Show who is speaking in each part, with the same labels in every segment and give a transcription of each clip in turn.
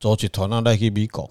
Speaker 1: 组一团啊来去美国，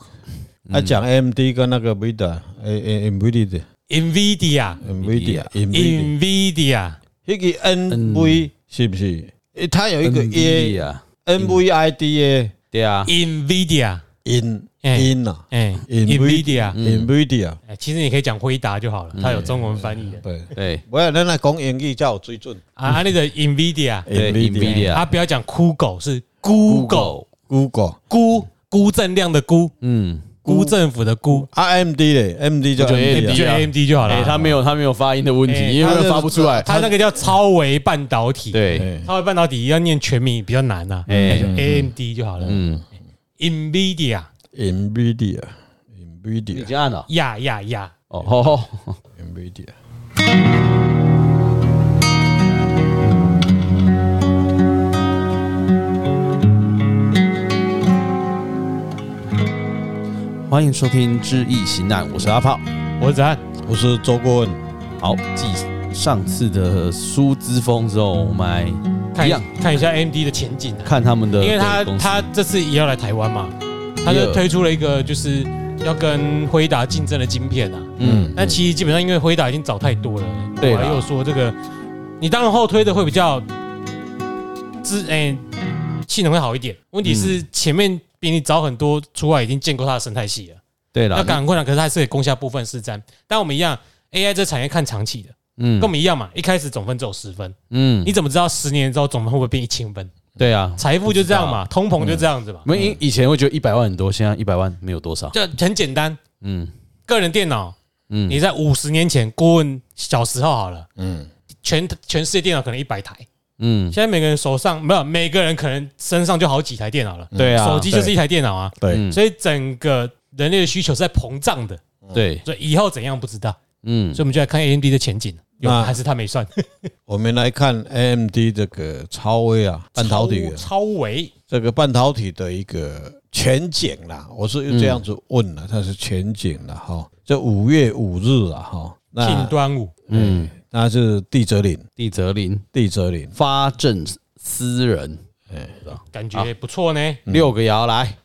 Speaker 1: 啊讲 AMD 跟那个 Nvidia，诶诶 Nvidia，Nvidia，Nvidia，
Speaker 2: NVIDIA、NVIDIA
Speaker 1: 那个 NV 是不是？诶它有一个 A
Speaker 3: 啊，
Speaker 1: NVIDA
Speaker 3: 对啊，
Speaker 2: NVIDIA，
Speaker 1: in
Speaker 2: 哎
Speaker 1: in 啊
Speaker 2: 哎
Speaker 1: NVIDIA
Speaker 2: ，NVIDIA，
Speaker 1: NVIDIA，
Speaker 2: 哎，其实你可以讲辉达就好
Speaker 3: 嗯
Speaker 2: 了，它有中文翻译的
Speaker 1: 对，
Speaker 3: 对
Speaker 1: 我要咱来讲英语才有水准。
Speaker 2: 啊，啊那个 NVIDIA，
Speaker 3: 对
Speaker 1: NVIDIA
Speaker 2: 哎
Speaker 3: NVIDIA
Speaker 2: 啊，不要讲酷狗，是 Google，
Speaker 1: Google
Speaker 2: 孤孤正亮的孤，
Speaker 3: 嗯，
Speaker 2: 孤政府的孤，
Speaker 1: 啊，AMD 嘞，AMD 叫
Speaker 3: 我觉得
Speaker 1: AMD
Speaker 2: 就
Speaker 1: 啊
Speaker 3: NVIDIA
Speaker 2: AMD 就好
Speaker 3: 哎，
Speaker 2: 了。
Speaker 3: 他没有他没有发音的问
Speaker 2: 哎
Speaker 3: 题，因为
Speaker 1: 他
Speaker 3: 他
Speaker 1: 是
Speaker 3: 发不出来，
Speaker 2: 它那个叫超维半导体，，
Speaker 3: 对，
Speaker 1: 哎
Speaker 2: 超维半导体要念全名比较难啊，
Speaker 3: 哎
Speaker 2: 哎，AMD 就好了
Speaker 3: 嗯，
Speaker 2: ，NVIDIA，
Speaker 3: 你
Speaker 1: NVIDIA，NVIDIA，NVIDIA，
Speaker 3: 这样的
Speaker 2: 呀呀呀，
Speaker 3: 哦，好好，欢迎收听《知易行难》，我是阿炮。
Speaker 2: 我子安，
Speaker 1: 我是周顾问，
Speaker 3: 好，继上次的苏之峰之后，我们来
Speaker 2: 看
Speaker 3: 一
Speaker 2: 一
Speaker 3: 样
Speaker 2: 看一下 AMD 的前景啊，
Speaker 3: 看他们的，
Speaker 2: 因为他
Speaker 3: 公司
Speaker 2: 他这次也要来台湾嘛，他就推出了一个就是要跟辉达竞争的晶片啊，
Speaker 3: 嗯
Speaker 2: 但其实基本上因为辉达已经找太多了，
Speaker 3: 对啦
Speaker 2: 我还有说这个，你当然后推的会比较资诶、性能会好一点，问题是
Speaker 3: 嗯
Speaker 2: 前面比你早很多出来已经建构它的生态系了，
Speaker 3: 对
Speaker 2: 那
Speaker 3: 了，
Speaker 2: 赶很困难，可是它还是可以攻下部分市占，但我们一样。AI 这产业看长期的，跟
Speaker 3: 嗯
Speaker 2: 我们一样嘛，一开始总分只有十分，
Speaker 3: 嗯
Speaker 2: 你，怎么知道十年之后总分会不会变一千分？
Speaker 3: 对啊，
Speaker 2: 财富就这样嘛，通膨就这样子嘛
Speaker 3: 我，们以以前会觉得一百万很多，现在一百万没有多少，
Speaker 2: 就很简单。
Speaker 3: 嗯
Speaker 2: 个人电脑，
Speaker 3: 嗯，
Speaker 2: 你在五十年前，顾问小时候好了，
Speaker 1: 嗯，
Speaker 2: 全全世界电脑可能一百台，
Speaker 3: 嗯
Speaker 2: 现，在每个人手上没有，每个人可能身上就好几台电脑了，
Speaker 3: 对啊，
Speaker 2: 手机就是一台电脑啊，
Speaker 1: 对，
Speaker 3: 嗯
Speaker 2: 所以整个人类的需求是在膨胀的，
Speaker 3: 对，
Speaker 2: 所以以后怎样不知道，
Speaker 3: 嗯
Speaker 2: 所以我们就来看 AMD 的前景，有
Speaker 1: 那
Speaker 2: 还是他没算
Speaker 1: 我们来看 AMD 这个超威啊，半导体
Speaker 2: 超超维，
Speaker 1: 这个半导体的一个前景啦，我是这样子问
Speaker 3: 嗯
Speaker 1: 了，它是前景了哈。这五月五日啊哈，
Speaker 2: 近
Speaker 1: 那哎
Speaker 2: 端午，
Speaker 3: 嗯，
Speaker 1: 那是地泽林，
Speaker 3: 地泽林
Speaker 1: 地泽林，
Speaker 3: 发证私人啊
Speaker 2: 感
Speaker 1: 啊
Speaker 2: 觉不错呢，
Speaker 3: 六个爻来。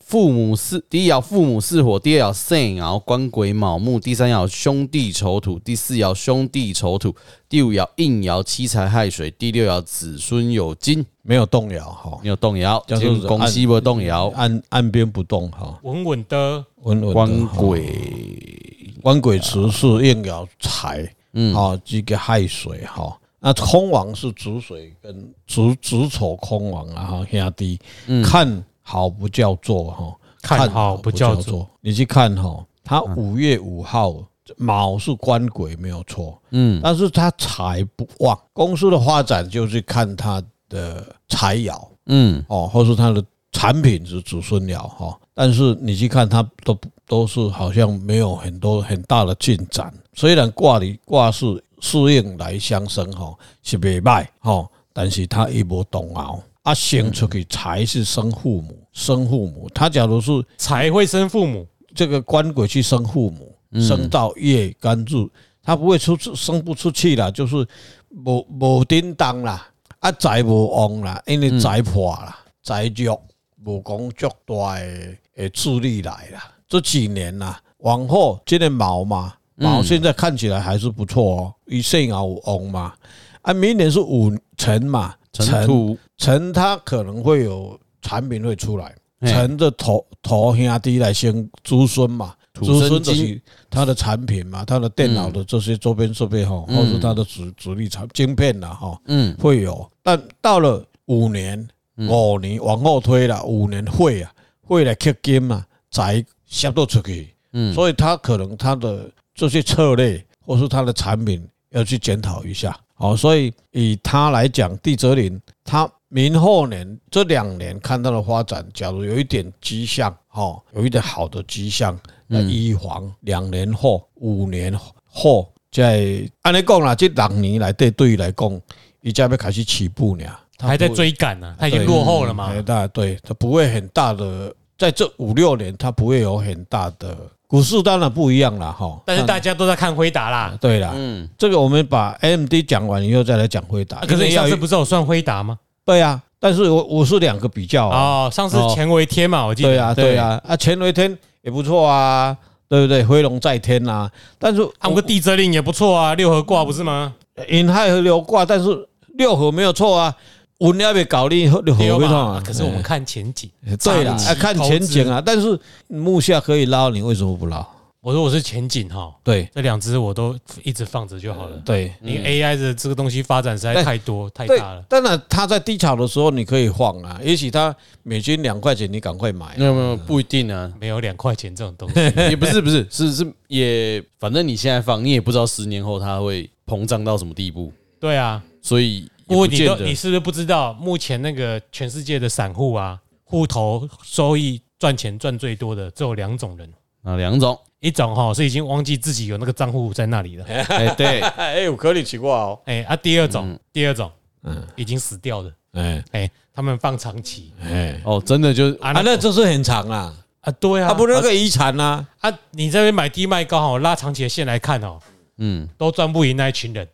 Speaker 3: 父母是第一爻，父母是火；第二爻，肾爻，官鬼卯木；第三爻，兄弟丑土；第四爻，兄弟丑土；第五爻，应爻，七财亥水；第六爻，子孙有金。
Speaker 1: 没有动摇哈，
Speaker 3: 没有动摇，
Speaker 1: 叫
Speaker 3: 就
Speaker 1: 做
Speaker 3: 是公西不动摇，
Speaker 1: 按按兵不动哈，
Speaker 2: 稳稳的，
Speaker 1: 稳稳
Speaker 3: 官
Speaker 1: 的哈
Speaker 3: 鬼
Speaker 1: 官鬼持世应爻财，嗯，啊、这个亥水哈、那空王是子水跟子子丑空王啊，哈兄弟，看好不叫做哈、
Speaker 2: 嗯看好不叫做，嗯
Speaker 1: 你去看哈、他五月五号卯是官鬼没有错，嗯，但是他财不旺，公司的发展就是看他的财爻，
Speaker 3: 嗯，
Speaker 1: 哦，或是它的产品是子孙鸟哈、哦，但是你去看它都不都是好像没有很多很大的进展，虽然挂里挂是适应来相生哈、哦，是袂歹哈，但是它一无动摇。啊，生出去才是生父母，生父母。他假如是
Speaker 2: 才会生父母，
Speaker 1: 这个官鬼去生父母，生到月干日，他不会出生不出去啦，就是无无叮当啦，啊财无旺啦，因为财破啦，财弱无讲足大诶诶智力来啦。这几年啦，往后这个卯嘛，卯现在看起来还是不错哦，一肾爻有旺嘛，啊明年是五辰嘛，
Speaker 3: 尘土，
Speaker 1: 陈他可能会有产品会出来，
Speaker 3: 嘿
Speaker 1: 陈的头头兄弟来先子孙嘛，
Speaker 3: 土
Speaker 1: 子孙
Speaker 3: 生
Speaker 1: 就
Speaker 3: 金
Speaker 1: 是嗯他的产品嘛，他的电脑的这些周边设备哈，或者他的主主力产晶片啦哈，
Speaker 3: 嗯
Speaker 1: 会有，但到了五年、五年往后推了，五年会啊，会来吸金啊，才销到出去，
Speaker 3: 嗯
Speaker 1: 所以他可能他的这些策略或是他的产品要去检讨一下。好，所以以他来讲，地泽林他明后年这两年看到的发展，假如有一点迹象，哦，有一点好的迹象，那以防两年后、五年后，在按你讲啦，这六年来对对于来讲，伊才要开始起步呢，
Speaker 2: 还在追赶呢，他已经落后了嘛
Speaker 1: 哎，，大对，它不会很大的，在这五六年，它不会有很大的股市，当然不一样了哈。
Speaker 2: 但是大家都在看辉达啦，
Speaker 1: 对啦，
Speaker 3: 嗯
Speaker 1: 这个我们把 AMD 讲完以后再来讲回答。
Speaker 2: 啊可是你
Speaker 1: 因
Speaker 2: 上
Speaker 1: 为
Speaker 2: 次
Speaker 1: 要
Speaker 2: 不是有算辉达吗？
Speaker 1: 对啊，但是我我是两个比较啊，
Speaker 2: 哦，上次
Speaker 3: 哦
Speaker 2: 乾为天嘛，我记得。
Speaker 1: 对啊，对啊，啊，乾为天也不错啊，对不对？飞龙在天啊，但是
Speaker 2: 啊，我个地支令也不错啊，六合卦不是吗？
Speaker 1: 引亥和流卦，但是六合没有错啊，文要被搞定，六合没
Speaker 2: 对
Speaker 1: 错
Speaker 2: 嘛
Speaker 1: 啊
Speaker 2: 啊。可是我们看前景，
Speaker 1: 对啦，
Speaker 2: 长期
Speaker 1: 啊，看前景
Speaker 2: 投资。
Speaker 1: 啊，但是木下可以捞，你为什么不捞？
Speaker 2: 我说我是前景哈，
Speaker 1: 对
Speaker 2: 这两只我都一直放着就好了。
Speaker 1: 对
Speaker 2: 因为 AI 的这个东西发展实在
Speaker 1: 对
Speaker 2: 太多太
Speaker 1: 嗯对
Speaker 2: 大了，，
Speaker 1: 当然它在低潮的时候你可以放啊，也许它美金两块钱，你赶快买
Speaker 3: 没。有没有不一定 啊，
Speaker 2: 没有两块钱这种东西。
Speaker 3: 也不是不是是是也，反正你现在放，你也不知道十年后它会膨胀到什么地步，
Speaker 2: 对啊，
Speaker 3: 所以也
Speaker 2: 不过
Speaker 3: 不
Speaker 2: 你
Speaker 3: 见
Speaker 2: 都
Speaker 3: 得
Speaker 2: 你是不是不知道，目前那个全世界的散户啊，户头收益赚钱赚最多的只有两种人，
Speaker 3: 啊两种，
Speaker 2: 一种哈是已经忘记自己有那个账户在那里了，
Speaker 3: 哎对，
Speaker 1: 哎，有可能奇怪哦。
Speaker 2: 哎啊，第二种，第二种，
Speaker 1: 嗯
Speaker 2: 嗯，已经死掉的，
Speaker 1: 哎
Speaker 2: 哎，他们放长期
Speaker 1: 哎，
Speaker 3: 哦真的就是
Speaker 2: 啊
Speaker 1: 啊，
Speaker 2: 那
Speaker 1: 那就是很长啊，
Speaker 2: 啊，对啊，
Speaker 1: 啊，不是那个遗产啊，
Speaker 2: 啊，你这边买低卖高哈，拉长期的线来看哦，
Speaker 3: 嗯，
Speaker 2: 都赚不赢那一群人，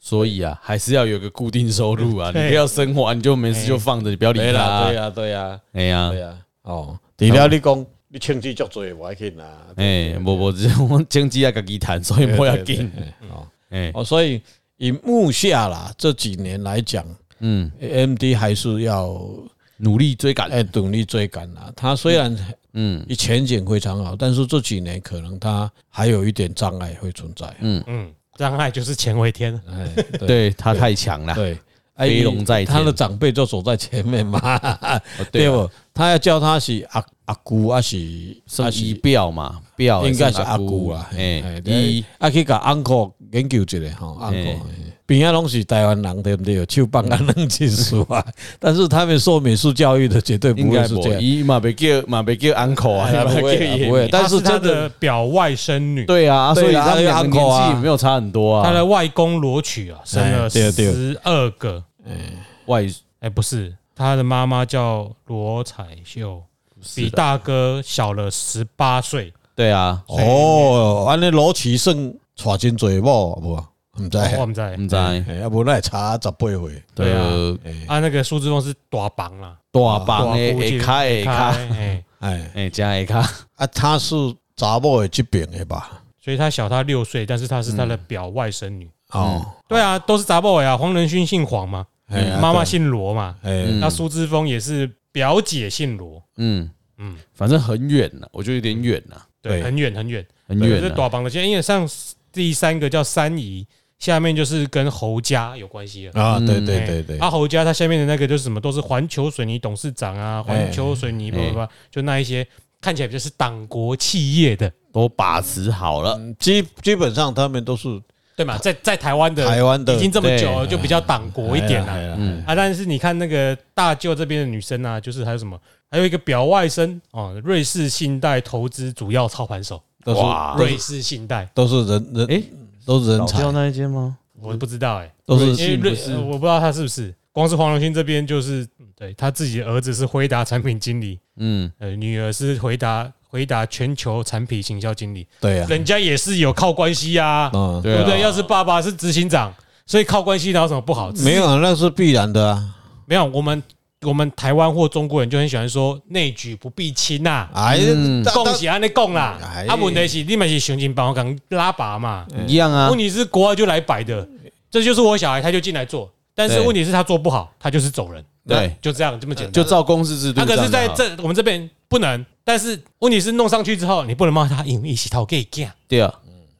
Speaker 3: 所以啊还是要有个固定收入啊，你
Speaker 2: 对
Speaker 3: 不要生活，你就没事就放着，你不要理
Speaker 1: 对
Speaker 3: 它
Speaker 1: 啦，
Speaker 3: 啊
Speaker 1: 对，呀，对呀，
Speaker 3: 哎呀
Speaker 1: 对。呀。哦，除了你讲你清戚足多，我要紧啊。
Speaker 3: 哎，无无，这我经济啊，家己谈，所以
Speaker 1: 对
Speaker 3: 莫要。
Speaker 1: 对
Speaker 3: 紧。
Speaker 1: 对对哦
Speaker 3: 哎，
Speaker 1: 哦，所以以目下啦这几年来讲
Speaker 3: 嗯，
Speaker 1: ，AMD 还是要
Speaker 3: 努力追赶。
Speaker 1: 哎努力追赶啦。它虽然
Speaker 3: 嗯
Speaker 1: 以前景非常好，但是这几年可能它还有一点障碍会存在。
Speaker 2: 嗯，障碍就是钱 为天，
Speaker 1: 哎，对
Speaker 3: 对他太强了。
Speaker 1: 对，
Speaker 3: 飞龙在天
Speaker 1: 他的长辈就走在前面嘛，
Speaker 3: 哦
Speaker 1: 对
Speaker 3: 对啊，
Speaker 1: 不？他要叫他是阿阿姑，啊是
Speaker 3: 算
Speaker 1: 啊
Speaker 3: 一
Speaker 1: 是
Speaker 3: 表嘛，表
Speaker 1: 应哦该是
Speaker 3: 算
Speaker 1: 阿姑啦。
Speaker 3: 哎
Speaker 1: 哎，，
Speaker 3: 一
Speaker 1: 一啊去甲 uncle 研究一下吼，uncle
Speaker 3: 嘿
Speaker 1: 边仔拢是台湾人对不对？手帮啊弄技术啊，但是他们受美术教育的绝对不
Speaker 3: 应
Speaker 1: 会
Speaker 3: 该
Speaker 1: 是
Speaker 3: 不
Speaker 1: 这样。
Speaker 3: 伊嘛别叫嘛别叫 uncle 啊，
Speaker 1: 哎
Speaker 3: 嘛
Speaker 1: 不会啊
Speaker 3: 叫爷
Speaker 1: 不会
Speaker 3: 爷。
Speaker 1: 但是
Speaker 2: 她他
Speaker 1: 真的
Speaker 2: 的表外甥女，
Speaker 3: 对啊，所以
Speaker 1: 对啊
Speaker 3: 他们两个
Speaker 1: 还有 uncle 啊
Speaker 3: 年纪也没有差很多
Speaker 2: 他的
Speaker 3: 啊。
Speaker 2: 外公罗曲啊，生
Speaker 1: 哎
Speaker 2: 了
Speaker 1: 对对
Speaker 2: 十二个，
Speaker 3: 外
Speaker 2: 哎，不是，他的妈妈叫罗彩秀，
Speaker 1: 啊
Speaker 2: 比大哥小了十八岁，
Speaker 3: 对啊，
Speaker 1: 哦，安尼老起算娶真侪某啊无？毋知，
Speaker 2: 哦我们在
Speaker 3: 唔知道
Speaker 1: 哎啊无那差十八岁。
Speaker 2: 对啊
Speaker 3: 呃
Speaker 2: 啊，那个苏志峰是大帮啦，
Speaker 3: 大
Speaker 1: 哦
Speaker 3: 棒
Speaker 2: 大
Speaker 3: 诶，
Speaker 2: 姑
Speaker 3: 会
Speaker 2: 姐
Speaker 3: 卡会卡，
Speaker 2: 哎，
Speaker 1: 哎
Speaker 3: 哎，加会卡，
Speaker 1: 啊，他是查某的这边的吧？
Speaker 2: 所以他小他六岁，但是他是他
Speaker 1: 嗯
Speaker 2: 的表外甥女。
Speaker 1: 哦，
Speaker 2: 对啊，都是杂报啊，黄仁勋姓黄嘛，嗯
Speaker 1: 哎呀
Speaker 2: 妈妈姓罗嘛，
Speaker 1: 哎
Speaker 3: 嗯
Speaker 2: 那苏之峰也是表姐姓罗，
Speaker 3: 嗯嗯
Speaker 2: 嗯，
Speaker 3: 反正很远呐，我觉得有点远呐，
Speaker 2: 对，
Speaker 1: 对啊
Speaker 2: 很远很远，
Speaker 3: 很
Speaker 2: 对
Speaker 3: 远
Speaker 2: 这
Speaker 3: 呐。
Speaker 2: 短帮的线，因为上第三个叫三姨，下面就是跟侯家有关系了。
Speaker 1: 啊，对对
Speaker 2: 哎
Speaker 1: 对对，
Speaker 2: 啊，侯家他下面的那个就是什么，都是环球水泥董事长啊，环球水泥，叭叭叭，就那一些看起来就是党国企业的，
Speaker 3: 都把持好了，
Speaker 1: 嗯基基本上他们都是
Speaker 2: 对嘛，在在台湾的
Speaker 1: 台湾的
Speaker 2: 已经这么久
Speaker 3: 对
Speaker 2: 了，就比较党国一点啦、
Speaker 1: 哎呀哎呀
Speaker 3: 嗯
Speaker 2: 啊，但是你看那个大舅这边的女生啊，就是还有什么，还有一个表外甥哦，瑞士信贷投资主要操盘手，
Speaker 1: 都是
Speaker 3: 哇啊
Speaker 2: 瑞士信贷，
Speaker 1: 都是人人
Speaker 3: 诶
Speaker 1: 都是人才，
Speaker 3: 那一间吗？
Speaker 2: 我不知道哎、
Speaker 1: 都是
Speaker 2: 因为瑞
Speaker 3: 不是
Speaker 2: 呃我不知道他是不是，光是黄荣兴这边就是，嗯对他自己的儿子是辉达产品经理，
Speaker 3: 嗯，
Speaker 2: 呃，女儿是回答回答全球产品行销经理，
Speaker 1: 对啊呀，
Speaker 2: 人家也是有靠关系啊，
Speaker 1: 嗯，
Speaker 3: 对
Speaker 2: 对
Speaker 3: 啊
Speaker 2: 不对？要是爸爸是执行长，所以靠关系哪有什么不好？
Speaker 1: 没有啊，那是必然的啊，
Speaker 2: 没有，我们我们台湾或中国人就很喜欢说内举不避亲啊呐、
Speaker 1: 哎
Speaker 3: 嗯，
Speaker 1: 当
Speaker 2: 讲是安尼讲啦
Speaker 1: 哎，
Speaker 2: 啊问题是你们是想尽办法讲拉拔嘛，
Speaker 3: 一样啊
Speaker 2: 问，题是国外就来摆的，这就是我小孩他就进来做，但是
Speaker 3: 对
Speaker 2: 问题是他做不好，他就是走人，
Speaker 3: 对，
Speaker 2: 就这样这么简单。
Speaker 3: 就照公司制度
Speaker 2: 他
Speaker 3: 这
Speaker 2: 啊可
Speaker 3: 样啊
Speaker 2: 是
Speaker 3: 就好
Speaker 2: 在
Speaker 3: 了。
Speaker 2: 这我们这边不能，但是问题是弄上去之后，你不能骂他，因为一起逃给干，
Speaker 3: 对啊，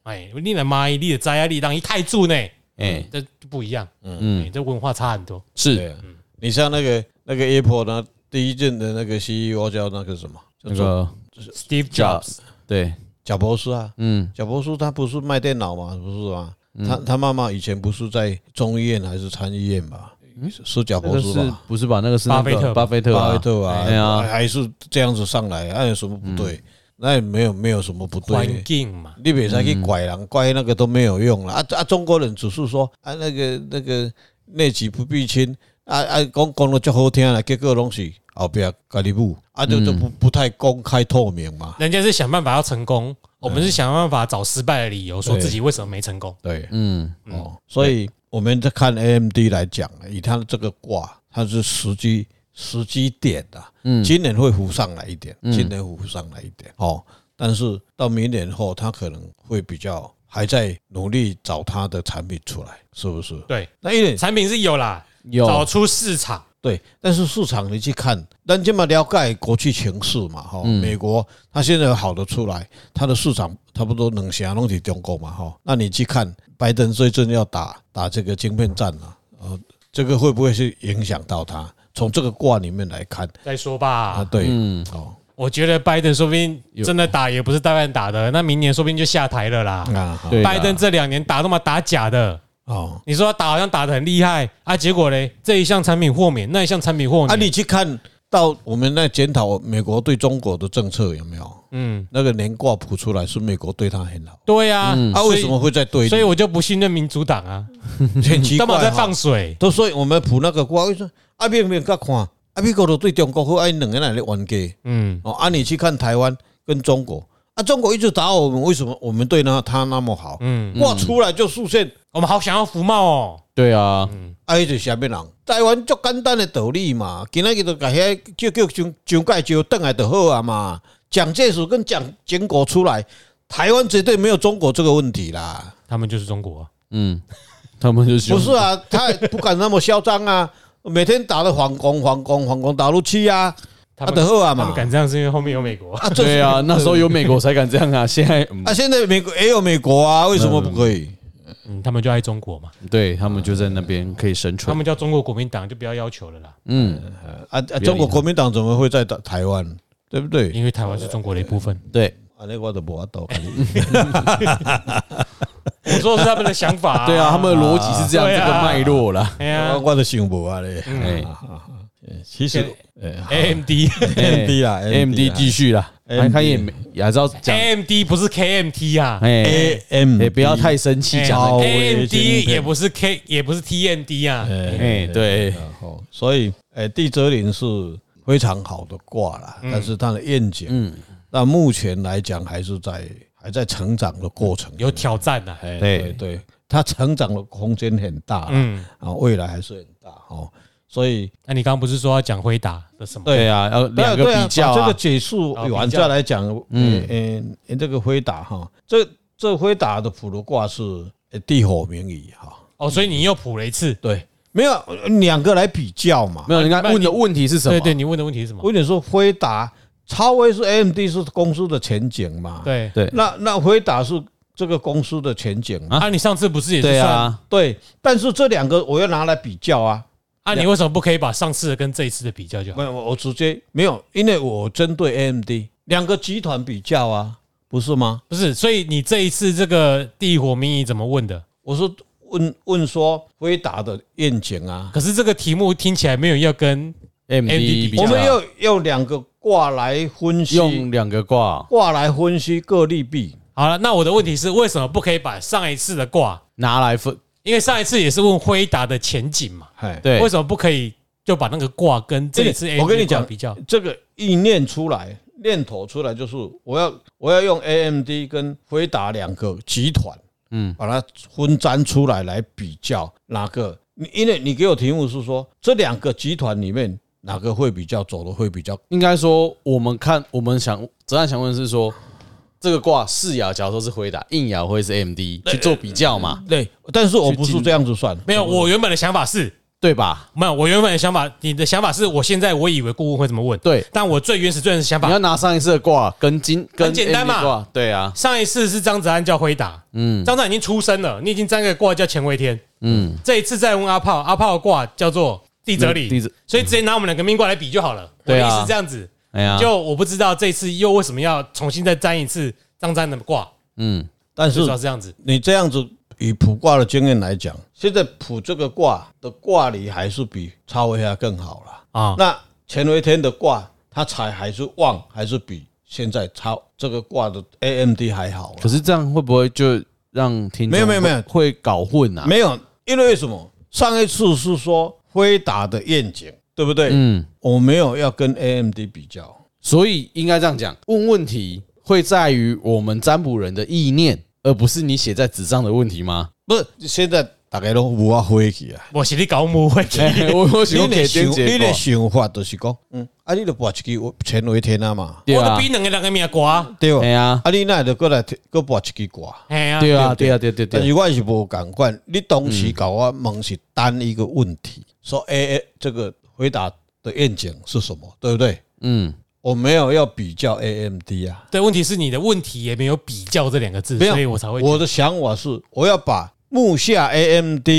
Speaker 2: 哎，你来骂伊，你的灾啊，你当伊太住呢，
Speaker 3: 哎，
Speaker 2: 这就不一样，
Speaker 3: 嗯
Speaker 2: 嗯，，这文化差很多。
Speaker 3: 是
Speaker 1: 对啊，你像那个那个 Apple 呢，第一任的那个 CEO 叫那个什么，叫
Speaker 3: 那
Speaker 1: 做
Speaker 3: 个
Speaker 2: Steve Jobs，
Speaker 3: Jobs，对，
Speaker 1: 贾博士啊，
Speaker 3: 嗯，
Speaker 1: 贾博士他不是卖电脑嘛，不是吗？他他妈妈以前不是在众议院还是参议院吧？是是贾
Speaker 3: 那
Speaker 1: 博
Speaker 3: 个
Speaker 1: 士
Speaker 3: 是
Speaker 1: 吧？
Speaker 3: 不是吧？那个是那
Speaker 2: 巴
Speaker 3: 个
Speaker 2: 菲特
Speaker 3: 巴菲特啊，
Speaker 1: 巴菲特啊，
Speaker 3: 哎呀嗯
Speaker 1: 还是这样子上来，那有什么不对？那也没有没有什么不对
Speaker 2: 环
Speaker 1: 的。
Speaker 2: 境嘛，
Speaker 1: 你别再去拐人，拐那个都没有用了啊啊！中国人只是说啊，那个那个内急不避亲啊啊，讲讲了就好听了，结果拢是后边家己母啊，就就不不太公开透明嘛。
Speaker 2: 人家是想办法要成功，我们是想办法找失败的理由，说
Speaker 1: 对
Speaker 2: 自己为什么没成功。
Speaker 1: 对，
Speaker 3: 嗯，
Speaker 1: 哦，所以我们在看 AMD 来讲，以它这个卦，它是时机时机点的、
Speaker 3: 嗯
Speaker 1: 今年会浮上来一点，
Speaker 3: 嗯
Speaker 1: 今年浮上来一点，哦，但是到明年后，它可能会比较还在努力找它的产品出来，是不是？
Speaker 2: 对，
Speaker 1: 那因为
Speaker 2: 产品是有啦，找
Speaker 3: 有
Speaker 2: 出市场，
Speaker 1: 对，但是市场你去看，咱这么了解国际情势嘛，哈、
Speaker 3: 嗯
Speaker 1: 美国它现在有好的出来，它的市场差不多能想弄起中国嘛，哈，那你去看拜登最近要打打这个晶片战啊，呃，这个会不会是影响到它？从这个卦里面来看
Speaker 2: 再说
Speaker 1: 啊，
Speaker 2: 吧。
Speaker 1: 对，
Speaker 3: 嗯，
Speaker 1: 哦，
Speaker 2: 我觉得拜登说不定
Speaker 3: 有
Speaker 2: 真的打也不是代办打的，那明年说不定就下台了啦。
Speaker 1: 啊，好
Speaker 3: 对啦
Speaker 2: 拜登这两年打都嘛打假的，
Speaker 1: 哦，
Speaker 2: 你说他打好像打的很厉害啊，结果嘞这一项产品豁免，那一项产品豁免，
Speaker 1: 啊，你去看到我们在检讨美国对中国的政策有没有？
Speaker 2: 嗯，
Speaker 1: 那个年卦谱出来是美国对他很好，
Speaker 2: 对呀、啊，
Speaker 1: 啊，
Speaker 2: 所以
Speaker 1: 为什么会在对立？
Speaker 2: 所以我就不信任民主党啊，
Speaker 1: 很奇怪
Speaker 2: 干嘛在
Speaker 1: 哈
Speaker 2: 放水？
Speaker 1: 都所以我们普那个瓜，为什么啊明明甲看，啊美国都对中国好，啊因两个人来冤家
Speaker 2: 嗯，
Speaker 1: 哦，啊你去看台湾跟中国，啊中国一直打我们，为什么我们对呢他那么好？
Speaker 2: 嗯
Speaker 1: 嗯，哇出来就出现
Speaker 2: 我们好想要福茂哦，
Speaker 3: 对啊，
Speaker 1: 啊，迄就啥物人？台湾足简单的道理嘛，今仔日就甲遐叫叫上上届招倒来就好啊嘛。蒋介石跟蒋经国出来，台湾绝对没有中国这个问题啦。
Speaker 2: 他们就是中国、啊，
Speaker 3: 嗯，他们就是
Speaker 1: 不是啊，他也不敢那么嚣张啊，每天打的反攻反攻反攻打入去啊，
Speaker 2: 他
Speaker 1: 啊
Speaker 2: 们
Speaker 1: 就好啊
Speaker 2: 他
Speaker 1: 嘛
Speaker 2: 们。敢这样是因为后面有美国，
Speaker 1: 啊，这
Speaker 3: 对啊，那时候有美国才敢这样啊，现在嗯
Speaker 1: 啊，现在美国也有美国啊，为什么不可以？
Speaker 2: 嗯，他们就爱中国嘛，
Speaker 3: 对他们就在那边可以生
Speaker 2: 他
Speaker 3: 存，
Speaker 2: 们叫中国国民党就不要要求了啦，
Speaker 3: 嗯，
Speaker 1: 啊啊，中国国民党怎么会在台台湾？对不对？
Speaker 2: 因为台湾是中国的一部分。
Speaker 3: 对
Speaker 1: 啊，那我都无法度。
Speaker 2: 我说的是他们的想法、
Speaker 3: 对啊，他们的逻辑是这样
Speaker 2: 对
Speaker 3: 这
Speaker 2: 啊
Speaker 3: 个脉络啦，
Speaker 2: 哎
Speaker 1: 我
Speaker 2: 呀
Speaker 1: 我都想无啊咧。
Speaker 3: 哎
Speaker 1: 其实，哎
Speaker 2: ，AMD
Speaker 1: ，AMD 啦
Speaker 3: ，AMD 继续啦，
Speaker 1: AMD
Speaker 3: 他也没也知道讲，
Speaker 2: AMD 不是 KMT 啊哎
Speaker 3: 哎，
Speaker 1: AM
Speaker 3: 也不要太生气，讲得
Speaker 1: 好
Speaker 2: ，AMD
Speaker 1: 晶片
Speaker 2: 也不是 K 也不是 TMD 啊，
Speaker 1: 哎
Speaker 3: 哎，对，
Speaker 1: 哦，所以哎，地泽林是非常好的卦啦，但是它的愿景，
Speaker 3: 嗯，
Speaker 1: 那目前来讲还是在还在成长的过程。
Speaker 2: 有挑战啊，
Speaker 1: 哎，
Speaker 3: 对
Speaker 1: 对对，它成长的空间很大啦，
Speaker 2: 嗯，
Speaker 1: 啊，未来还是很大哦，所以
Speaker 2: 那你刚刚不是说要讲辉达的什么？
Speaker 3: 对啊，要两个
Speaker 1: 对啊
Speaker 3: 比较
Speaker 1: 把这
Speaker 3: 啊
Speaker 1: 个，解述完再来讲，嗯嗯，呃这个回答哈，这这回答的普罗卦是呃地火明夷哈，
Speaker 2: 哦，所以你又补了一次。
Speaker 1: 对，没有呃两个来比较嘛，
Speaker 3: 没有，人家问的问题是什么？
Speaker 2: 对对，你问的问题是什么？
Speaker 1: 我跟你说回答超威是 AMD 是公司的前景嘛，，
Speaker 2: 对
Speaker 3: 对
Speaker 1: 那那回答是这个公司的前景嘛，
Speaker 3: 啊
Speaker 2: 啊，你上次不是也是
Speaker 3: 对
Speaker 2: 算
Speaker 3: 啊，
Speaker 1: 对，但是这两个我要拿来比较啊，
Speaker 2: 啊？你为什么不可以把上次的跟这一次的比较就好
Speaker 1: 没？有，我我直接没有，因为我针对 AMD 两个集团比较啊，不是吗？
Speaker 2: 不是，所以你这一次这个地火民意怎么问的？
Speaker 1: 我是问问说辉达的愿景啊，
Speaker 2: 可是这个题目听起来没有要跟
Speaker 3: MD
Speaker 2: 比较
Speaker 1: 我
Speaker 2: 啊
Speaker 1: 们要用两个卦来分析，
Speaker 3: 用两个卦
Speaker 1: 卦来分析各利弊。
Speaker 2: 好了。那我的问题是，为什么不可以把上一次的卦？
Speaker 3: 拿来分，
Speaker 2: 因为上一次也是问辉达的前景嘛，
Speaker 1: 哎，
Speaker 3: 对
Speaker 2: 为，什么不可以就把那个卦跟这一次
Speaker 1: 对
Speaker 2: AMD
Speaker 1: 我跟你讲
Speaker 2: 卦比较？
Speaker 1: 这个意念出来，念头出来，就是我要我要用 AMD 跟辉达两个集团，
Speaker 3: 嗯
Speaker 1: 嗯，把它分占出来来比较哪个。你因为你给我题目是说这两个集团里面哪个会比较走的会比较
Speaker 3: 应该说，我们看，我们想，泽岸想问的是说，这个卦世爻，假如说是回答应爻会是 M D 去做比较嘛，
Speaker 2: 嗯
Speaker 1: 对，但是我不是这样子算，
Speaker 2: 没有，我原本的想法是，
Speaker 3: 对吧？
Speaker 2: 没有，我原本的想法，你的想法是我现在我以为顾问会怎么问，
Speaker 3: 对，
Speaker 2: 但我最原始最原始想
Speaker 3: 你要
Speaker 2: 法，
Speaker 3: 拿上一次的卦跟今跟
Speaker 2: 很简单
Speaker 3: MD
Speaker 2: 嘛
Speaker 3: 卦，对啊，
Speaker 2: 上一次是张子安叫辉达，嗯，张子安已经出生了，你已经占个卦叫乾为天，
Speaker 3: 嗯，
Speaker 2: 这一次再问阿炮，阿炮的卦叫做地泽理，
Speaker 3: 地泽
Speaker 2: 所以直接拿我们两个命卦来比就好了。我的
Speaker 3: 对啊
Speaker 2: 意思是这样子，
Speaker 3: 哎呀，
Speaker 2: 就我不知道这次又为什么要重新再占一次张占的卦，
Speaker 3: 嗯，
Speaker 1: 但
Speaker 2: 就是主要是这样子。
Speaker 1: 你这样子以卜卦的经验来讲，现在卜这个卦的卦理还是比超维亚更好了
Speaker 2: 啊
Speaker 1: 那乾为天的卦，它才还是旺，还是比现在超这个卦的 AMD 还好
Speaker 3: 可
Speaker 1: 了。
Speaker 3: 是这样会不会就让听众
Speaker 1: 没有没有没有
Speaker 3: 会搞混啊？
Speaker 1: 没有，因为为什么？上一次是说辉达的愿景，对不对？
Speaker 3: 嗯，
Speaker 1: 我没有要跟 AMD 比较，
Speaker 3: 所以应该这样讲，问问题会 在于我们占卜人的意念，而不是你写在纸上的问题吗？
Speaker 1: 不是现在大家拢有啊灰去啊。
Speaker 2: 我是你搞误会去，
Speaker 3: 我我喜
Speaker 1: 你
Speaker 3: 欢
Speaker 1: 的
Speaker 3: 给
Speaker 1: 想，
Speaker 3: 点
Speaker 1: 你
Speaker 3: 结
Speaker 1: 的
Speaker 3: 果，
Speaker 1: 想法就是讲，嗯，啊，你就跋一支钱为天啊嘛，
Speaker 3: 对
Speaker 2: 我都
Speaker 3: 啊，
Speaker 2: 比两个人的命瓜，
Speaker 1: 对
Speaker 3: 哎
Speaker 1: 哦。
Speaker 3: 呀，
Speaker 1: 啊，你那就过来搁跋一支歌。
Speaker 2: 哎呀，
Speaker 3: 对啊，
Speaker 1: 对
Speaker 3: 对啊，对对
Speaker 1: 但
Speaker 3: 对，
Speaker 1: 是我是无共款，你当时甲我问是单一个问题，说诶诶，这个回答的愿景是什么，对不对？
Speaker 3: 嗯，
Speaker 1: 我没有要比较 AMD 啊，
Speaker 2: 对，问题是你的问题也没有比较这两个字，
Speaker 1: 没有
Speaker 2: 所以我才会
Speaker 1: 我的想法是，我要把目下 AMD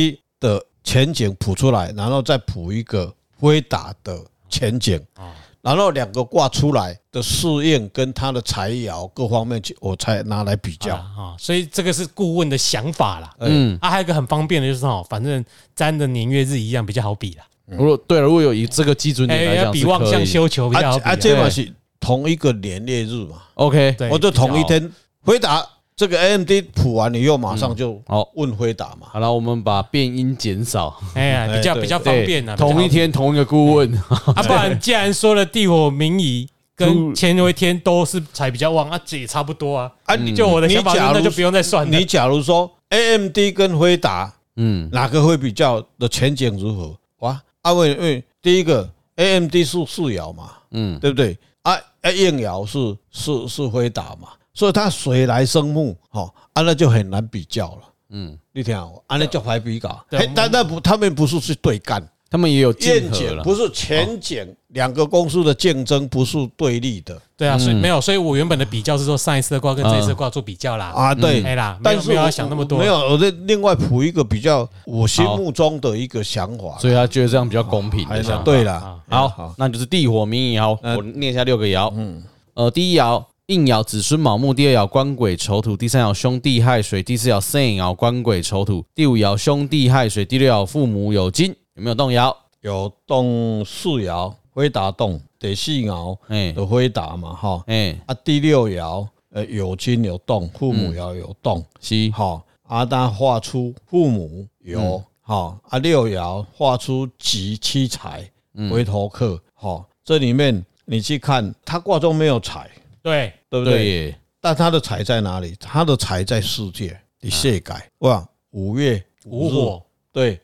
Speaker 1: 的前景谱出来，然后再谱一个辉达的前景，
Speaker 2: 哦
Speaker 1: 然后两个挂出来的试验跟它的材料各方面去，我才拿来比
Speaker 2: 啊
Speaker 1: 较。
Speaker 2: 啊，所以这个是顾问的想法啦。
Speaker 3: 嗯
Speaker 2: 啊，还有一个很方便的就是哦，反正沾的年月日一样比较好比啦，
Speaker 3: 如果对了，如果有以这个基准点来
Speaker 2: 哎，要
Speaker 3: 讲，
Speaker 2: 比望向修求比较
Speaker 1: 啊
Speaker 2: 好比
Speaker 1: 啊，
Speaker 2: 啦。
Speaker 1: 这嘛是同一个年月日嘛。
Speaker 3: ，OK，
Speaker 2: 对，
Speaker 1: 我就同一
Speaker 2: 比较好
Speaker 1: 天回答这个 AMD 谱完，你又马上就
Speaker 3: 好，
Speaker 1: 问回答嘛。
Speaker 3: 好了，我们把变音减少，
Speaker 2: 哎呀，比较
Speaker 1: 对
Speaker 2: 比较方
Speaker 3: 对
Speaker 2: 便啦。啊比较好
Speaker 3: 同一天同一个顾问，
Speaker 2: 啊，不然既然说了地火明夷跟
Speaker 3: 出
Speaker 2: 前一天都是才比较旺，啊，这也差不多啊。
Speaker 1: 啊，你
Speaker 2: 就我的
Speaker 1: 你
Speaker 2: 想法是，
Speaker 1: 假
Speaker 2: 那
Speaker 1: 如
Speaker 2: 就不用再算了
Speaker 1: 你。假如说 AMD 跟辉达
Speaker 3: 嗯，
Speaker 1: 哪个会比较的前景如何？哇，啊，因为因为第一个 AMD 是四爻嘛，
Speaker 3: 嗯
Speaker 1: 嗯，对不对？啊，啊应爻是是是辉达嘛，所以它水来生木，哦，啊，那就很难比较了。
Speaker 3: 嗯
Speaker 1: 嗯，你听好，啊，那叫怀比搞，
Speaker 2: 对
Speaker 1: 嘿
Speaker 2: 我们
Speaker 1: 但但不，他们不是去对干，
Speaker 3: 他们也有竞
Speaker 1: 愿
Speaker 3: 合
Speaker 1: 景
Speaker 3: 了，
Speaker 1: 不是前景，两个公司的竞争不是对立的
Speaker 2: 对啊，所以没有，所以我原本的比较是说上一次的卦跟这一次的卦做比较
Speaker 3: 哦
Speaker 2: 啦。
Speaker 1: 啊，对。
Speaker 2: 哎啦，没
Speaker 1: 但
Speaker 2: 有
Speaker 1: 是
Speaker 2: 没有要
Speaker 1: 我
Speaker 2: 想那么多，
Speaker 1: 没有，我在另外谱一个比较我心目中的一个想法。
Speaker 3: 所以他觉得这样比较公平
Speaker 1: 哎
Speaker 3: 的想
Speaker 1: 呀，
Speaker 3: 法。
Speaker 1: 对
Speaker 2: 啊
Speaker 1: 了，
Speaker 3: 好，，那就是地火明爻，我念一下六个爻。嗯，呃，第一爻应爻子孙卯木，第二爻官鬼丑土，第三爻兄弟亥水，第四爻肾爻官鬼丑土，第五爻兄弟亥水，第六爻父母有金，有没有动摇？
Speaker 1: 有动四爻，辉达动第四爻
Speaker 3: 哎
Speaker 1: 的辉达嘛，哈
Speaker 3: 哎，
Speaker 1: 啊，第六爻呃有金有动，父
Speaker 3: 嗯
Speaker 1: 母爻有动，
Speaker 3: 是
Speaker 1: 好啊，那画出父母有好啊，六爻画出吉七财回头客，好，这里面你去看，它卦中没有财，
Speaker 2: 对，
Speaker 1: 对不
Speaker 3: 对
Speaker 1: 对？
Speaker 3: 耶，
Speaker 1: 但它的财在哪里？它的财在世界，你卸改哇，五月
Speaker 2: 无
Speaker 1: 日
Speaker 2: 火，
Speaker 1: 对，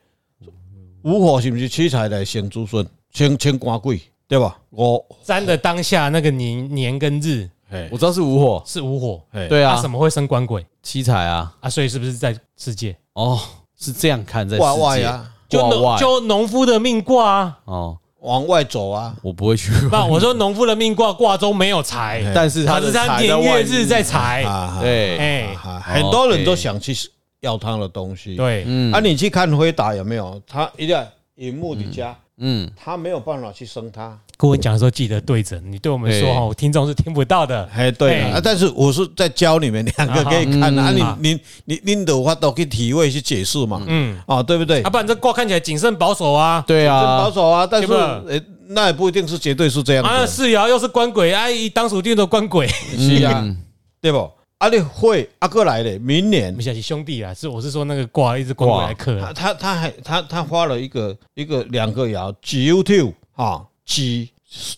Speaker 1: 五火是不是七财来生子孙，生清官贵对吧？五
Speaker 2: 占的当下那个年年跟日
Speaker 1: 嘿
Speaker 3: 我知道是午火，
Speaker 2: 是无火，
Speaker 1: 嘿
Speaker 3: 对
Speaker 2: 啊，
Speaker 3: 啊
Speaker 2: 怎，么会生官鬼
Speaker 3: 七彩啊，
Speaker 2: 啊？所以是不是在世界？
Speaker 3: 哦，是这样看在世
Speaker 1: 挂外
Speaker 3: 界
Speaker 1: 啊，
Speaker 2: 就
Speaker 3: 挂
Speaker 2: 农
Speaker 3: 外
Speaker 2: 就农夫的命 卦啊，
Speaker 3: 哦，
Speaker 1: 往外走啊，
Speaker 3: 我不会去，
Speaker 2: 那我说农夫的命卦卦中没有财，
Speaker 3: 但是他
Speaker 2: 可是
Speaker 3: 的
Speaker 2: 哎他
Speaker 3: 财在
Speaker 2: 年
Speaker 3: 外
Speaker 2: 月日在财，
Speaker 1: 啊，
Speaker 3: 对，
Speaker 2: 哎，
Speaker 1: 啊，
Speaker 3: 哎
Speaker 1: 很多人都
Speaker 3: OK
Speaker 1: 想去要他的东西，
Speaker 2: 对，
Speaker 3: 嗯
Speaker 1: 啊，你去看辉达有没有？他一定要引木的家，
Speaker 3: 嗯，
Speaker 1: 他没有办法去生他，
Speaker 2: 跟我讲的时候记得对准，你对我们说
Speaker 3: 对
Speaker 2: 哦，听众是听不到的。
Speaker 1: 哎，对
Speaker 2: 哎
Speaker 1: 啊，但是我是在教你们两个可以看啊，
Speaker 2: 嗯
Speaker 1: 啊你你你你的话都去体会去解释嘛，
Speaker 2: 嗯，
Speaker 1: 啊，对不对
Speaker 2: 啊，？不然这卦看起来谨慎保守啊，
Speaker 3: 对
Speaker 1: 真
Speaker 3: 啊
Speaker 1: 保，守啊，但是
Speaker 2: 对吧
Speaker 1: 呃，那也不一定是绝对是这样
Speaker 2: 啊，
Speaker 1: 的，
Speaker 2: 四爻又是官鬼，啊，一当属定的官鬼，
Speaker 3: 嗯
Speaker 1: 是啊，对不？啊，你会啊，过来嘞，明年
Speaker 2: 不是是兄弟啊，是我是说那个卦一直官鬼
Speaker 1: 他
Speaker 2: 来克，
Speaker 1: 他他还他他花了一个一个两个爻 G U T 啊 G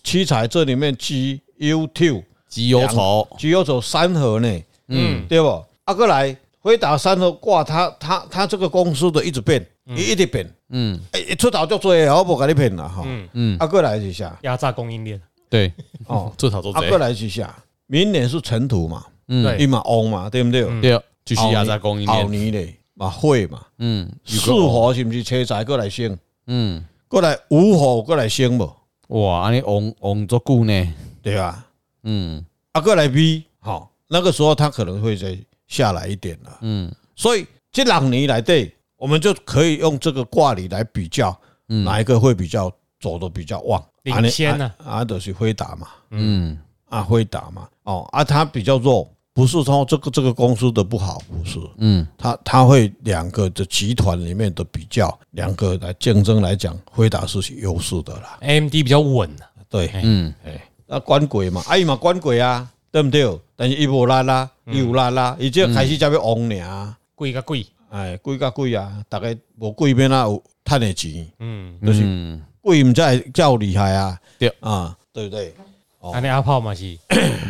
Speaker 1: 七彩这里面 G U T
Speaker 3: 极忧愁，
Speaker 1: G U 走三合呢，
Speaker 2: 嗯，
Speaker 1: 对不？啊，过来回答三合卦，他他他这个公司的一直变，一一直变，
Speaker 3: 嗯
Speaker 1: 哎一出头就做，我不给你骗了哈。
Speaker 2: 嗯
Speaker 3: 嗯，
Speaker 1: 啊，过来一 下
Speaker 2: 压榨供应链，
Speaker 3: 对，
Speaker 1: 哦，
Speaker 3: 做草做
Speaker 1: 啊，
Speaker 3: 贼
Speaker 1: 过，来一下，明年是尘土嘛，
Speaker 3: 嗯
Speaker 2: 对
Speaker 1: 一嘛翁嘛，对不对？
Speaker 2: 嗯
Speaker 3: 对，继续压榨供应
Speaker 1: 后
Speaker 3: 链，
Speaker 1: 年嘞嘛会嘛，
Speaker 3: 嗯，
Speaker 2: 哦
Speaker 1: 四火是不是车财过来生，
Speaker 3: 嗯，
Speaker 1: 过来五火过来生无？
Speaker 3: 哇，安尼旺旺足久呢，
Speaker 1: 对吧？
Speaker 3: 嗯
Speaker 1: 啊，过来 B 好，那个时候它可能会再下来一点了。
Speaker 3: 嗯
Speaker 1: 所以这两年来对，我们就可以用这个卦理来比较，
Speaker 3: 嗯
Speaker 1: 哪一个会比较走的比较旺，
Speaker 2: 领先呢
Speaker 1: 啊，啊就是辉达嘛，
Speaker 3: 嗯
Speaker 1: 啊辉达嘛，哦啊它比较弱，不是说这个这个公司的不好，不是，
Speaker 3: 嗯，
Speaker 1: 它它会两个的集团里面的比较，两个来竞争来讲，辉达是有优势的啦，
Speaker 2: ，AMD 比较稳啊，
Speaker 1: 对，
Speaker 3: 嗯，
Speaker 1: 啊，管鬼嘛，啊伊嘛管鬼啊，对毋对？但是伊无力啦，
Speaker 3: 嗯
Speaker 1: 伊有力啦，伊这开始才要旺尔，
Speaker 2: 贵个贵，
Speaker 1: 哎，贵甲贵啊，逐个无贵免哪有趁的钱，
Speaker 2: 嗯，
Speaker 1: 就是
Speaker 3: 嗯，
Speaker 1: 贵毋才会才有厉害啊，
Speaker 3: 对
Speaker 1: 啊，对不对？
Speaker 2: 安尼阿炮嘛是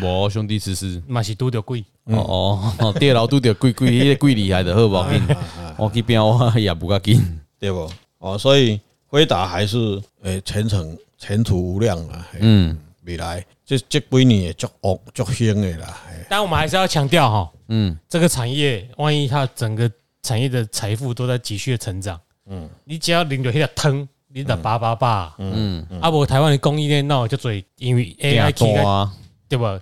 Speaker 3: 无兄弟吃吃，
Speaker 2: 嘛是拄着贵，
Speaker 3: 哦哦，哦，跌老拄着贵贵，迄个贵厉害的好无？
Speaker 1: 啦，
Speaker 3: 我去边我也不较紧。
Speaker 1: 对不？哦，所以回答还是诶、前程前途无量啦，嘿
Speaker 3: 嗯
Speaker 1: 未来这这几年也足恶足兴的啦，嘿
Speaker 2: 但我们还是要强调哈，
Speaker 3: 嗯，
Speaker 2: 这个产业万一它整个产业的财富都在急剧的成长，嗯，你只要领着那个汤，你打八八八，嗯，啊不，台湾的供应链那我就最因为 AI 起
Speaker 3: 多
Speaker 2: 来
Speaker 3: 啊，
Speaker 2: 对吧？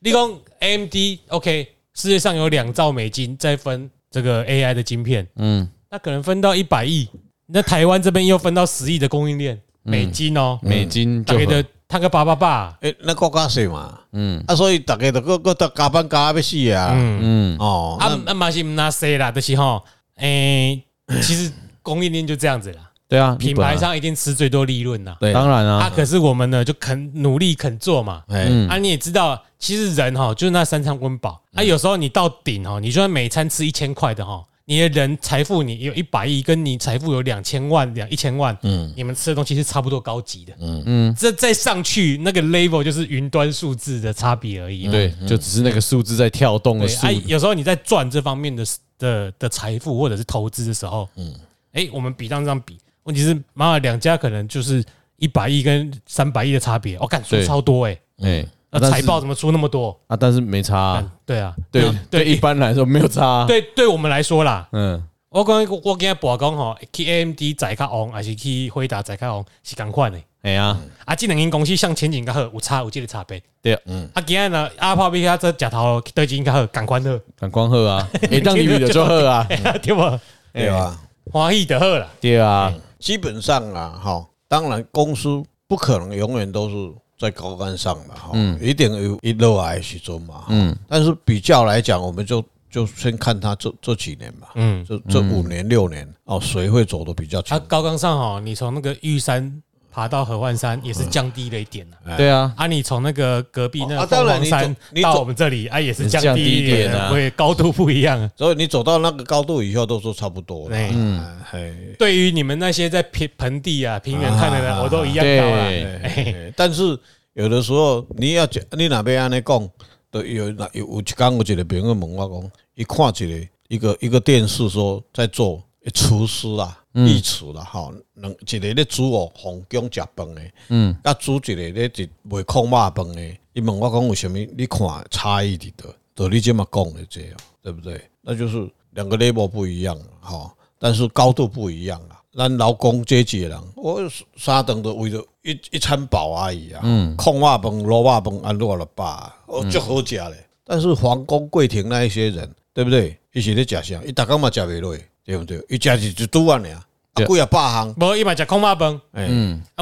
Speaker 2: 你讲 AMD OK，世界上有两兆美金在分这个 AI 的晶片，
Speaker 3: 嗯，
Speaker 2: 那可能分到一百亿，那台湾这边又分到十亿的供应链美金哦，
Speaker 3: 美金
Speaker 2: 大
Speaker 3: 嗯
Speaker 2: 概
Speaker 3: 就好
Speaker 2: 的探个八八八，
Speaker 1: 诶、咱国家税嘛，
Speaker 3: 嗯
Speaker 1: 啊，所以大家都各各都加班加到要死啊，
Speaker 2: 嗯。
Speaker 3: 嗯
Speaker 1: 哦，
Speaker 2: 啊
Speaker 1: 啊，
Speaker 2: 啊嘛是唔那谁啦，就是吼，诶、其实供应链就这样子啦，
Speaker 3: 对啊，
Speaker 2: 品
Speaker 3: 日本啊
Speaker 2: 牌商一定吃最多利润啦。
Speaker 1: 对，
Speaker 3: 当然
Speaker 2: 啊，
Speaker 3: 啊，
Speaker 2: 可是我们呢就肯努力肯做嘛。
Speaker 1: 哎，
Speaker 3: 嗯
Speaker 2: 啊，你也知道，其实人哈就是那三餐温饱啊，有时候你到顶哈，你就算每餐吃一千块的哈，你的人财富你有一百亿，跟你财富有两千万两一千万，嗯，你们吃的东西是差不多高级的，嗯嗯，这再上去那个 level 就是云端数字的差别而已嘛。
Speaker 3: 对，就只是那个数字在跳动的
Speaker 2: 对，
Speaker 3: 数
Speaker 2: 啊，，有时候你在赚这方面的的的财富或者是投资的时候，嗯，哎，我们比当这样比，问题是妈的两家可能就是一百亿跟三百亿的差别，我干输
Speaker 3: 对
Speaker 2: 超多哎，
Speaker 3: 哎，啊
Speaker 2: 那
Speaker 3: 但
Speaker 2: 财
Speaker 3: 是
Speaker 2: 报怎么出那么多？
Speaker 3: 啊，但是没差啊，
Speaker 2: 干对啊，
Speaker 3: 对
Speaker 2: 那
Speaker 3: 对，一
Speaker 2: 对
Speaker 3: 般来说没有差啊，
Speaker 2: 对，对我们来说啦，
Speaker 3: 嗯，
Speaker 2: 我刚我跟他博讲吼，去 AMD 载卡红还是去辉达载卡红是同款的。
Speaker 3: 哎呀，
Speaker 2: 啊，这两间公司向前景较好，有差有这个差别。
Speaker 3: 对，
Speaker 2: 啊，今日呢，阿炮比他这假头对应较好，赶快好，
Speaker 3: 赶光喝啊，哎，当你的就喝啊，
Speaker 2: 对不？
Speaker 1: 对吧？
Speaker 2: 欢喜就好啦。
Speaker 3: 对啊，
Speaker 1: 基本上啦，哈，当然公司不可能永远都是在高杆上的哈，一定有一落来时阵嘛，嗯，但是比较来讲，我们就就先看他这这几年吧，
Speaker 2: 嗯，
Speaker 1: 这这五年六年哦，谁会走的比较
Speaker 2: 啊，
Speaker 1: 强？
Speaker 2: 高岗上哦，你从那个玉山爬到合欢山也是降低了一点呐、啊。
Speaker 3: 对啊，
Speaker 2: 你从那个隔壁那
Speaker 1: 哦啊
Speaker 2: 个
Speaker 1: 当
Speaker 2: 凤
Speaker 1: 然
Speaker 2: 凰
Speaker 1: 你走
Speaker 2: 山
Speaker 1: 你走
Speaker 2: 到我们这里啊，也是
Speaker 3: 也是
Speaker 2: 降低一
Speaker 3: 降低一
Speaker 2: 点
Speaker 3: 点啊
Speaker 2: 啊，对，高度不一样啊。
Speaker 1: 所以你走到那个高度以后，都是差不多了，
Speaker 2: 对
Speaker 1: 嗯，嘿
Speaker 2: 对于你们那些在平盆地啊、平原看的人，
Speaker 1: 啊
Speaker 2: 我都一样高
Speaker 3: 对
Speaker 1: 哎
Speaker 2: 啊。，
Speaker 1: 嘿但是有的时候你要讲，你哪边安尼讲，都有有有一天有一个朋友问我讲，伊看一个一个一个电视说在做厨师啊，御厨啦，吼，两一个咧煮哦皇宫食饭的，嗯，啊煮一个咧一卖烤肉饭的，伊问我讲有啥物，你看差异伫倒，就你这么讲的这样，对不对？那就是两个 level 不一样了，吼。但是高度不一样啊。咱劳工阶级的人，我三顿都为了一一餐饱而已啊。嗯，空瓦饭、卤瓦饭、安落了吧，哦，足好食
Speaker 2: 嗯
Speaker 1: 嘞。但是皇宫贵庭那一些人，对不对？伊是咧食啥？伊逐工嘛食袂落，对不对？伊食是一拄啊尔，啊
Speaker 3: 对
Speaker 1: 几啊百项，
Speaker 2: 无伊嘛食空巴饭，
Speaker 1: 哎，
Speaker 2: 啊，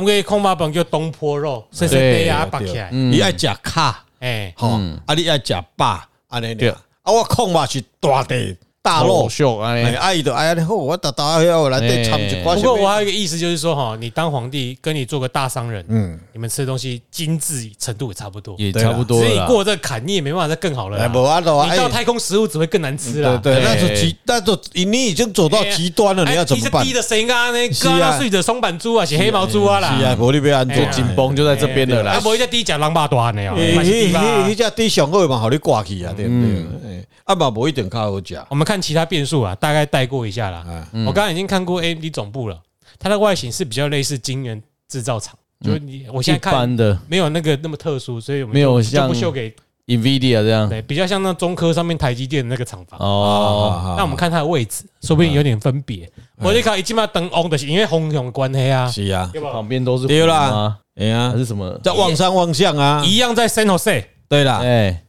Speaker 2: 们个空巴饭叫东坡肉，细细地啊
Speaker 1: 对
Speaker 2: 绑起来。
Speaker 1: 伊爱食卡，
Speaker 2: 哎，
Speaker 1: 吼，啊你爱食饱，安尼
Speaker 3: 对
Speaker 1: 尔。啊我空嘛是大地大
Speaker 2: 哦
Speaker 3: 肉
Speaker 1: 肉，
Speaker 3: 秀啊，
Speaker 1: 哎，啊伊就哎呀，好，我逐达要来底掺一寡
Speaker 2: 哎不
Speaker 1: 什
Speaker 2: 过
Speaker 1: 么
Speaker 2: 我还有一个意思就是说哈，你当皇帝跟你做个大商人，嗯，你们吃的东西精致程度也差不多，
Speaker 3: 也
Speaker 1: 对
Speaker 3: 差
Speaker 1: 啦
Speaker 3: 不多
Speaker 2: 所以你
Speaker 3: 了啦，
Speaker 2: 过这个坎，你也没办法再更好了啦。
Speaker 1: 哎无法度啊
Speaker 2: 你到
Speaker 1: 哎
Speaker 2: 太空食物只会更难吃啦。
Speaker 1: 对对，
Speaker 3: 哎
Speaker 1: 那是极，那就你已经走到极端了，
Speaker 2: 哎
Speaker 1: 你要怎么
Speaker 2: 你
Speaker 1: 办
Speaker 2: 是低？的神啊，那
Speaker 1: 是啊
Speaker 2: 高到睡的松板猪啊，是黑毛猪啊啦。
Speaker 1: 是啊，无你要安
Speaker 2: 哎
Speaker 1: 怎
Speaker 2: 呀
Speaker 3: 紧绷就在这边了
Speaker 2: 啊，
Speaker 3: 啦，
Speaker 2: 不一只低讲狼爸多呢哦，
Speaker 1: 哎
Speaker 2: 蛮低
Speaker 1: 迄
Speaker 2: 吧
Speaker 1: 迄迄只低上好的嘛，互你挂去啊，对不对？哎啊嘛，无一定较好食。
Speaker 2: 我们看其他变数啊，大概带过一下
Speaker 1: 啊
Speaker 2: 啦。
Speaker 3: 嗯
Speaker 2: 我刚刚已经看过 AMD 总部了，它的外形是比较类似晶圆制造厂，就是你我现在
Speaker 3: 嗯一
Speaker 2: 看
Speaker 3: 般的
Speaker 2: 没有那个那么特殊，所以我们
Speaker 3: 没有
Speaker 2: 就就
Speaker 3: 像嗯
Speaker 2: 不秀给
Speaker 3: Nvidia 这样
Speaker 2: 对，比较像那中科上面台积电的那个厂房。
Speaker 3: 哦，
Speaker 1: 啊
Speaker 2: 那我们看它的位置，说
Speaker 3: 啊
Speaker 2: 不定有点分别。
Speaker 1: 哎
Speaker 2: 我你看，一起码等 on 的是因为红熊的关系啊，
Speaker 1: 是啊，
Speaker 2: 对吧？
Speaker 3: 旁边都是
Speaker 1: 对啦
Speaker 3: 湖吗，
Speaker 1: 哎呀
Speaker 3: 还，是什么？
Speaker 1: 在望山望向啊，
Speaker 3: 嗯
Speaker 2: 一样在 San Jose，
Speaker 1: 对啦，
Speaker 3: 哎，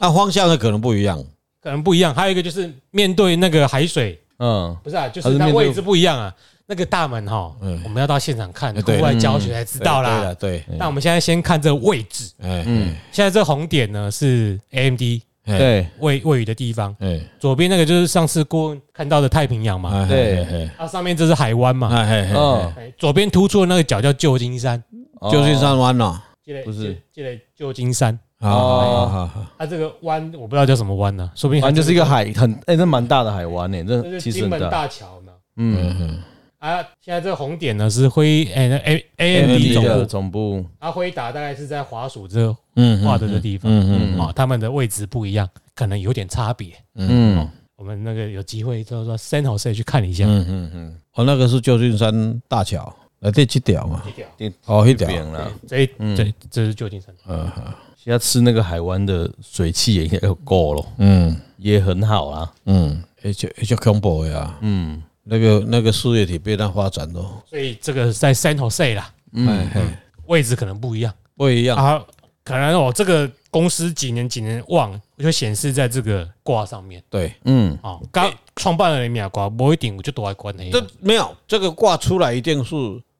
Speaker 1: 啊方向的可能不一样。
Speaker 2: 可能不一样。还有一个就是面对那个海水，
Speaker 3: 嗯，
Speaker 2: 不是啊，就
Speaker 3: 还
Speaker 2: 是
Speaker 3: 是
Speaker 2: 那
Speaker 3: 面对嗯
Speaker 2: 位置不一样啊。那个大门哈，我们要到现场看
Speaker 1: 哎
Speaker 2: 户
Speaker 1: 对
Speaker 2: 外教学才知道
Speaker 1: 对
Speaker 2: 啦
Speaker 1: 啦，。对，
Speaker 2: 那我们现在先看这个位置，
Speaker 1: 哎
Speaker 3: 嗯
Speaker 2: 现在这红点呢是 AMD
Speaker 1: 哎
Speaker 3: 对
Speaker 2: 位位于的地方，
Speaker 1: 哎
Speaker 2: 左边那个就是上次顾问看到的太平洋嘛，
Speaker 1: 哎
Speaker 3: 对
Speaker 1: 哎
Speaker 2: 它上面这是海湾嘛，
Speaker 1: 哎哎
Speaker 3: 嗯
Speaker 1: 哎，
Speaker 2: 哎左边突出的那个角叫旧金山，
Speaker 3: 哦
Speaker 1: 旧金山湾咯，
Speaker 2: 这类
Speaker 3: 不是
Speaker 2: 这类旧金山，
Speaker 1: 啊
Speaker 3: 哦
Speaker 1: 好好好
Speaker 2: 它这个湾我不知道叫什么湾呢，说不定它
Speaker 3: 反正就是一个，海，很哎，这蛮大的海湾呢，
Speaker 2: 这
Speaker 3: 这
Speaker 2: 是
Speaker 3: 其实
Speaker 2: 金
Speaker 3: 很
Speaker 2: 门
Speaker 3: 大，
Speaker 2: 大桥呢。
Speaker 3: 嗯
Speaker 1: 嗯嗯
Speaker 2: 啊，现在这个红点呢是辉哎那 A A M D
Speaker 3: ，AMD
Speaker 2: 总
Speaker 3: 的
Speaker 2: 部，
Speaker 3: 总部，
Speaker 2: 啊辉达大概是在华属这
Speaker 1: 嗯
Speaker 2: 画的这地方，
Speaker 1: 嗯嗯
Speaker 2: 哦，他们的位置不一样，可能有点差别。
Speaker 3: 嗯，
Speaker 2: 我们那个有机会到到 San Jose 去看一下。
Speaker 1: 嗯嗯嗯，哦，那个是旧金山大桥，来第几条嘛？哦，那
Speaker 4: 一
Speaker 1: 条，
Speaker 4: 边啦。
Speaker 2: 这一这这是旧金山，
Speaker 1: 嗯
Speaker 4: 现在吃那个海湾的水汽也应该够了，
Speaker 1: 嗯
Speaker 4: 也很好
Speaker 3: 啊
Speaker 4: 啦。
Speaker 1: 嗯，也就也就恐怖的啊，
Speaker 4: 嗯，
Speaker 1: 那个那个事业体被它发展咯，
Speaker 2: 所以这个在 San Jose 啦，
Speaker 1: 哎嘿，
Speaker 2: 位置可能不一样
Speaker 1: 不一样，
Speaker 2: 啊，可能我这个公司几年几年旺，就显示在这个卦上面
Speaker 1: 对，
Speaker 4: 嗯，
Speaker 2: 啊。刚创办人的卦，不一定我就躲在关黑。
Speaker 1: 这没有这个卦出来一定是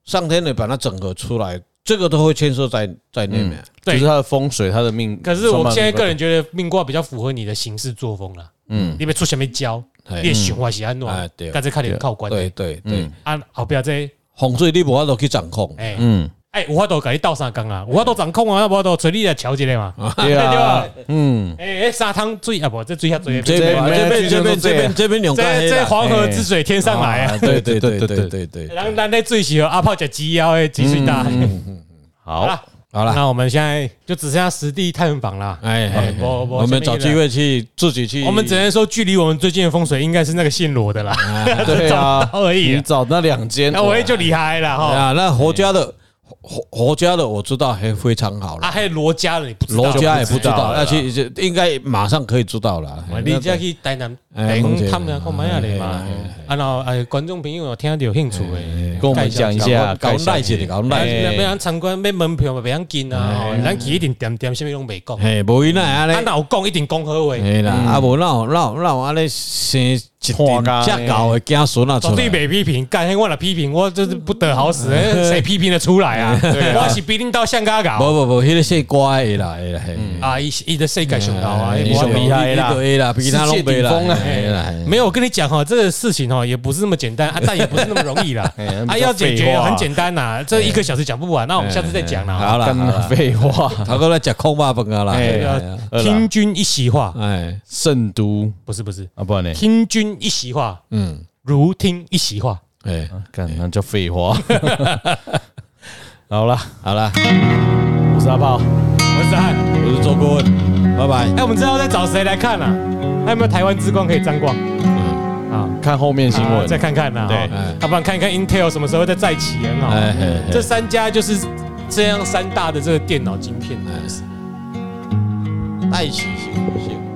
Speaker 1: 上天的把它整合出来，这个都会牵涉在在内面。
Speaker 4: 就
Speaker 2: 对
Speaker 4: 是它的风水，它的命。
Speaker 2: 可是我现
Speaker 4: 上
Speaker 2: 在
Speaker 4: 半
Speaker 2: 个人觉得命卦比较符合你的行事作风啦。嗯，你别出什么教，
Speaker 1: 哎
Speaker 2: 你的循环是安怎
Speaker 1: 哎对，
Speaker 2: 跟这看你靠关
Speaker 1: 对
Speaker 2: 系。
Speaker 1: 对对，
Speaker 2: 啊，后壁这
Speaker 1: 风水你无法度去掌控。
Speaker 2: 哎
Speaker 4: 嗯
Speaker 2: 哎，有法度甲你斗相共啊，有法度掌控啊，无法度找你来调一个嘛，
Speaker 3: 对
Speaker 2: 对
Speaker 3: 啊，
Speaker 2: 吧？
Speaker 4: 嗯，
Speaker 2: 哎，哎沙汤水啊，不，这水下水，
Speaker 1: 嗯这
Speaker 2: 这
Speaker 1: 边
Speaker 3: 这
Speaker 1: 这边
Speaker 3: 这
Speaker 1: 这边
Speaker 3: 边
Speaker 1: 这边这边哎两
Speaker 2: 这这黄河之水天上来啊，
Speaker 1: 对对对对对对，
Speaker 2: 然后咱那最喜欢阿炮吃鸡腰诶，鸡水大。 好
Speaker 4: 好，
Speaker 2: 啦，
Speaker 1: 嗯好了，
Speaker 2: 那我们现在就只剩下实地探访啦。
Speaker 1: 哎哎，
Speaker 2: 我
Speaker 1: 我们找机，会去自己去，
Speaker 2: 我们只能说距离我们最近的风水应该是那个姓罗的啦，
Speaker 1: 嗯
Speaker 3: 对
Speaker 2: 找
Speaker 3: 啊
Speaker 2: 不，到而已
Speaker 3: 你
Speaker 2: 啊。
Speaker 3: 找那两间，
Speaker 2: 那我也就厉害了哈。
Speaker 1: 啊，那侯家的侯侯家的我知道还非常好
Speaker 2: 啊，
Speaker 1: 了，
Speaker 2: 还有罗家的你不知道，
Speaker 1: 罗家也不
Speaker 4: 就不
Speaker 1: 知
Speaker 4: 知道
Speaker 1: 道，
Speaker 4: 了
Speaker 1: 那
Speaker 4: 啦
Speaker 1: 去就应该马上可以知道了。
Speaker 2: 啊你再去台南
Speaker 1: 哎
Speaker 2: 台
Speaker 1: 了解
Speaker 2: 南探下看卖下咧嘛。啊，然后哎，观众朋友有听到有兴趣
Speaker 1: 哎
Speaker 2: 的，
Speaker 4: 跟我们讲一下，
Speaker 1: 搞
Speaker 4: 介绍
Speaker 1: 耐些，搞
Speaker 2: 哎，
Speaker 1: 耐，
Speaker 2: 要要咱参观，要门票嘛，袂晓紧啊。吼咱去一定点点，什么拢袂讲。
Speaker 1: 嘿，无伊那安
Speaker 2: 啊，
Speaker 1: 尼。
Speaker 2: 若有讲一定讲好话，
Speaker 1: 哎啦，啊无闹闹闹安尼生一顶遮高的子孙啊出来，
Speaker 2: 绝对袂批评。干，我若批评，我就是不得好死，谁批评得出来啊？我是比恁到乡下
Speaker 1: 无
Speaker 2: 搞
Speaker 1: 无无，迄个姓郭的会啦会啦，
Speaker 2: 啊，伊伊的世界上高
Speaker 3: 哎
Speaker 2: 啊，
Speaker 1: 你
Speaker 2: 我
Speaker 4: 上厉害啦。
Speaker 1: 你就会啦，比他拢袂啦，
Speaker 3: 世界顶峰啊
Speaker 1: 嘿啦嘿啦
Speaker 2: 没有，我跟你讲哈，这个事情哈也不是那么简单啊，但也不是那么容易啦
Speaker 4: 哎
Speaker 2: 啊，要解决很简单呐，这一个小时讲不完，那我们下次再讲
Speaker 3: 哎
Speaker 2: 啦。
Speaker 1: 好啦，好啦
Speaker 4: 废话，
Speaker 1: 头哥来食空肉饭啊啦，
Speaker 4: 哎
Speaker 1: 嘿
Speaker 2: 这
Speaker 1: 啦
Speaker 2: 个听君一席话，
Speaker 1: 哎，
Speaker 4: 圣都
Speaker 2: 不是不是，
Speaker 4: 啊，不然呢？
Speaker 2: 听君一席话，
Speaker 1: 嗯，
Speaker 2: 如听一席话。
Speaker 1: 哎，
Speaker 4: 干，那叫废话。好啦，
Speaker 1: 好啦，
Speaker 4: 我是阿炮，
Speaker 2: 我是安，
Speaker 1: 我是周顾问，拜拜。
Speaker 2: 哎，我们知道在找谁来看啊？还有没有台湾之光可以沾光？啊，
Speaker 4: 看后面新
Speaker 2: 啊
Speaker 4: 闻
Speaker 2: 再。看看呐，
Speaker 4: 对
Speaker 2: 哈啊要不然看一看 Intel 什么时候再再起很好。
Speaker 1: 哎嘿嘿
Speaker 2: 这三家就是啊这样三大的这个电脑晶片。
Speaker 1: 哎，代起行不行？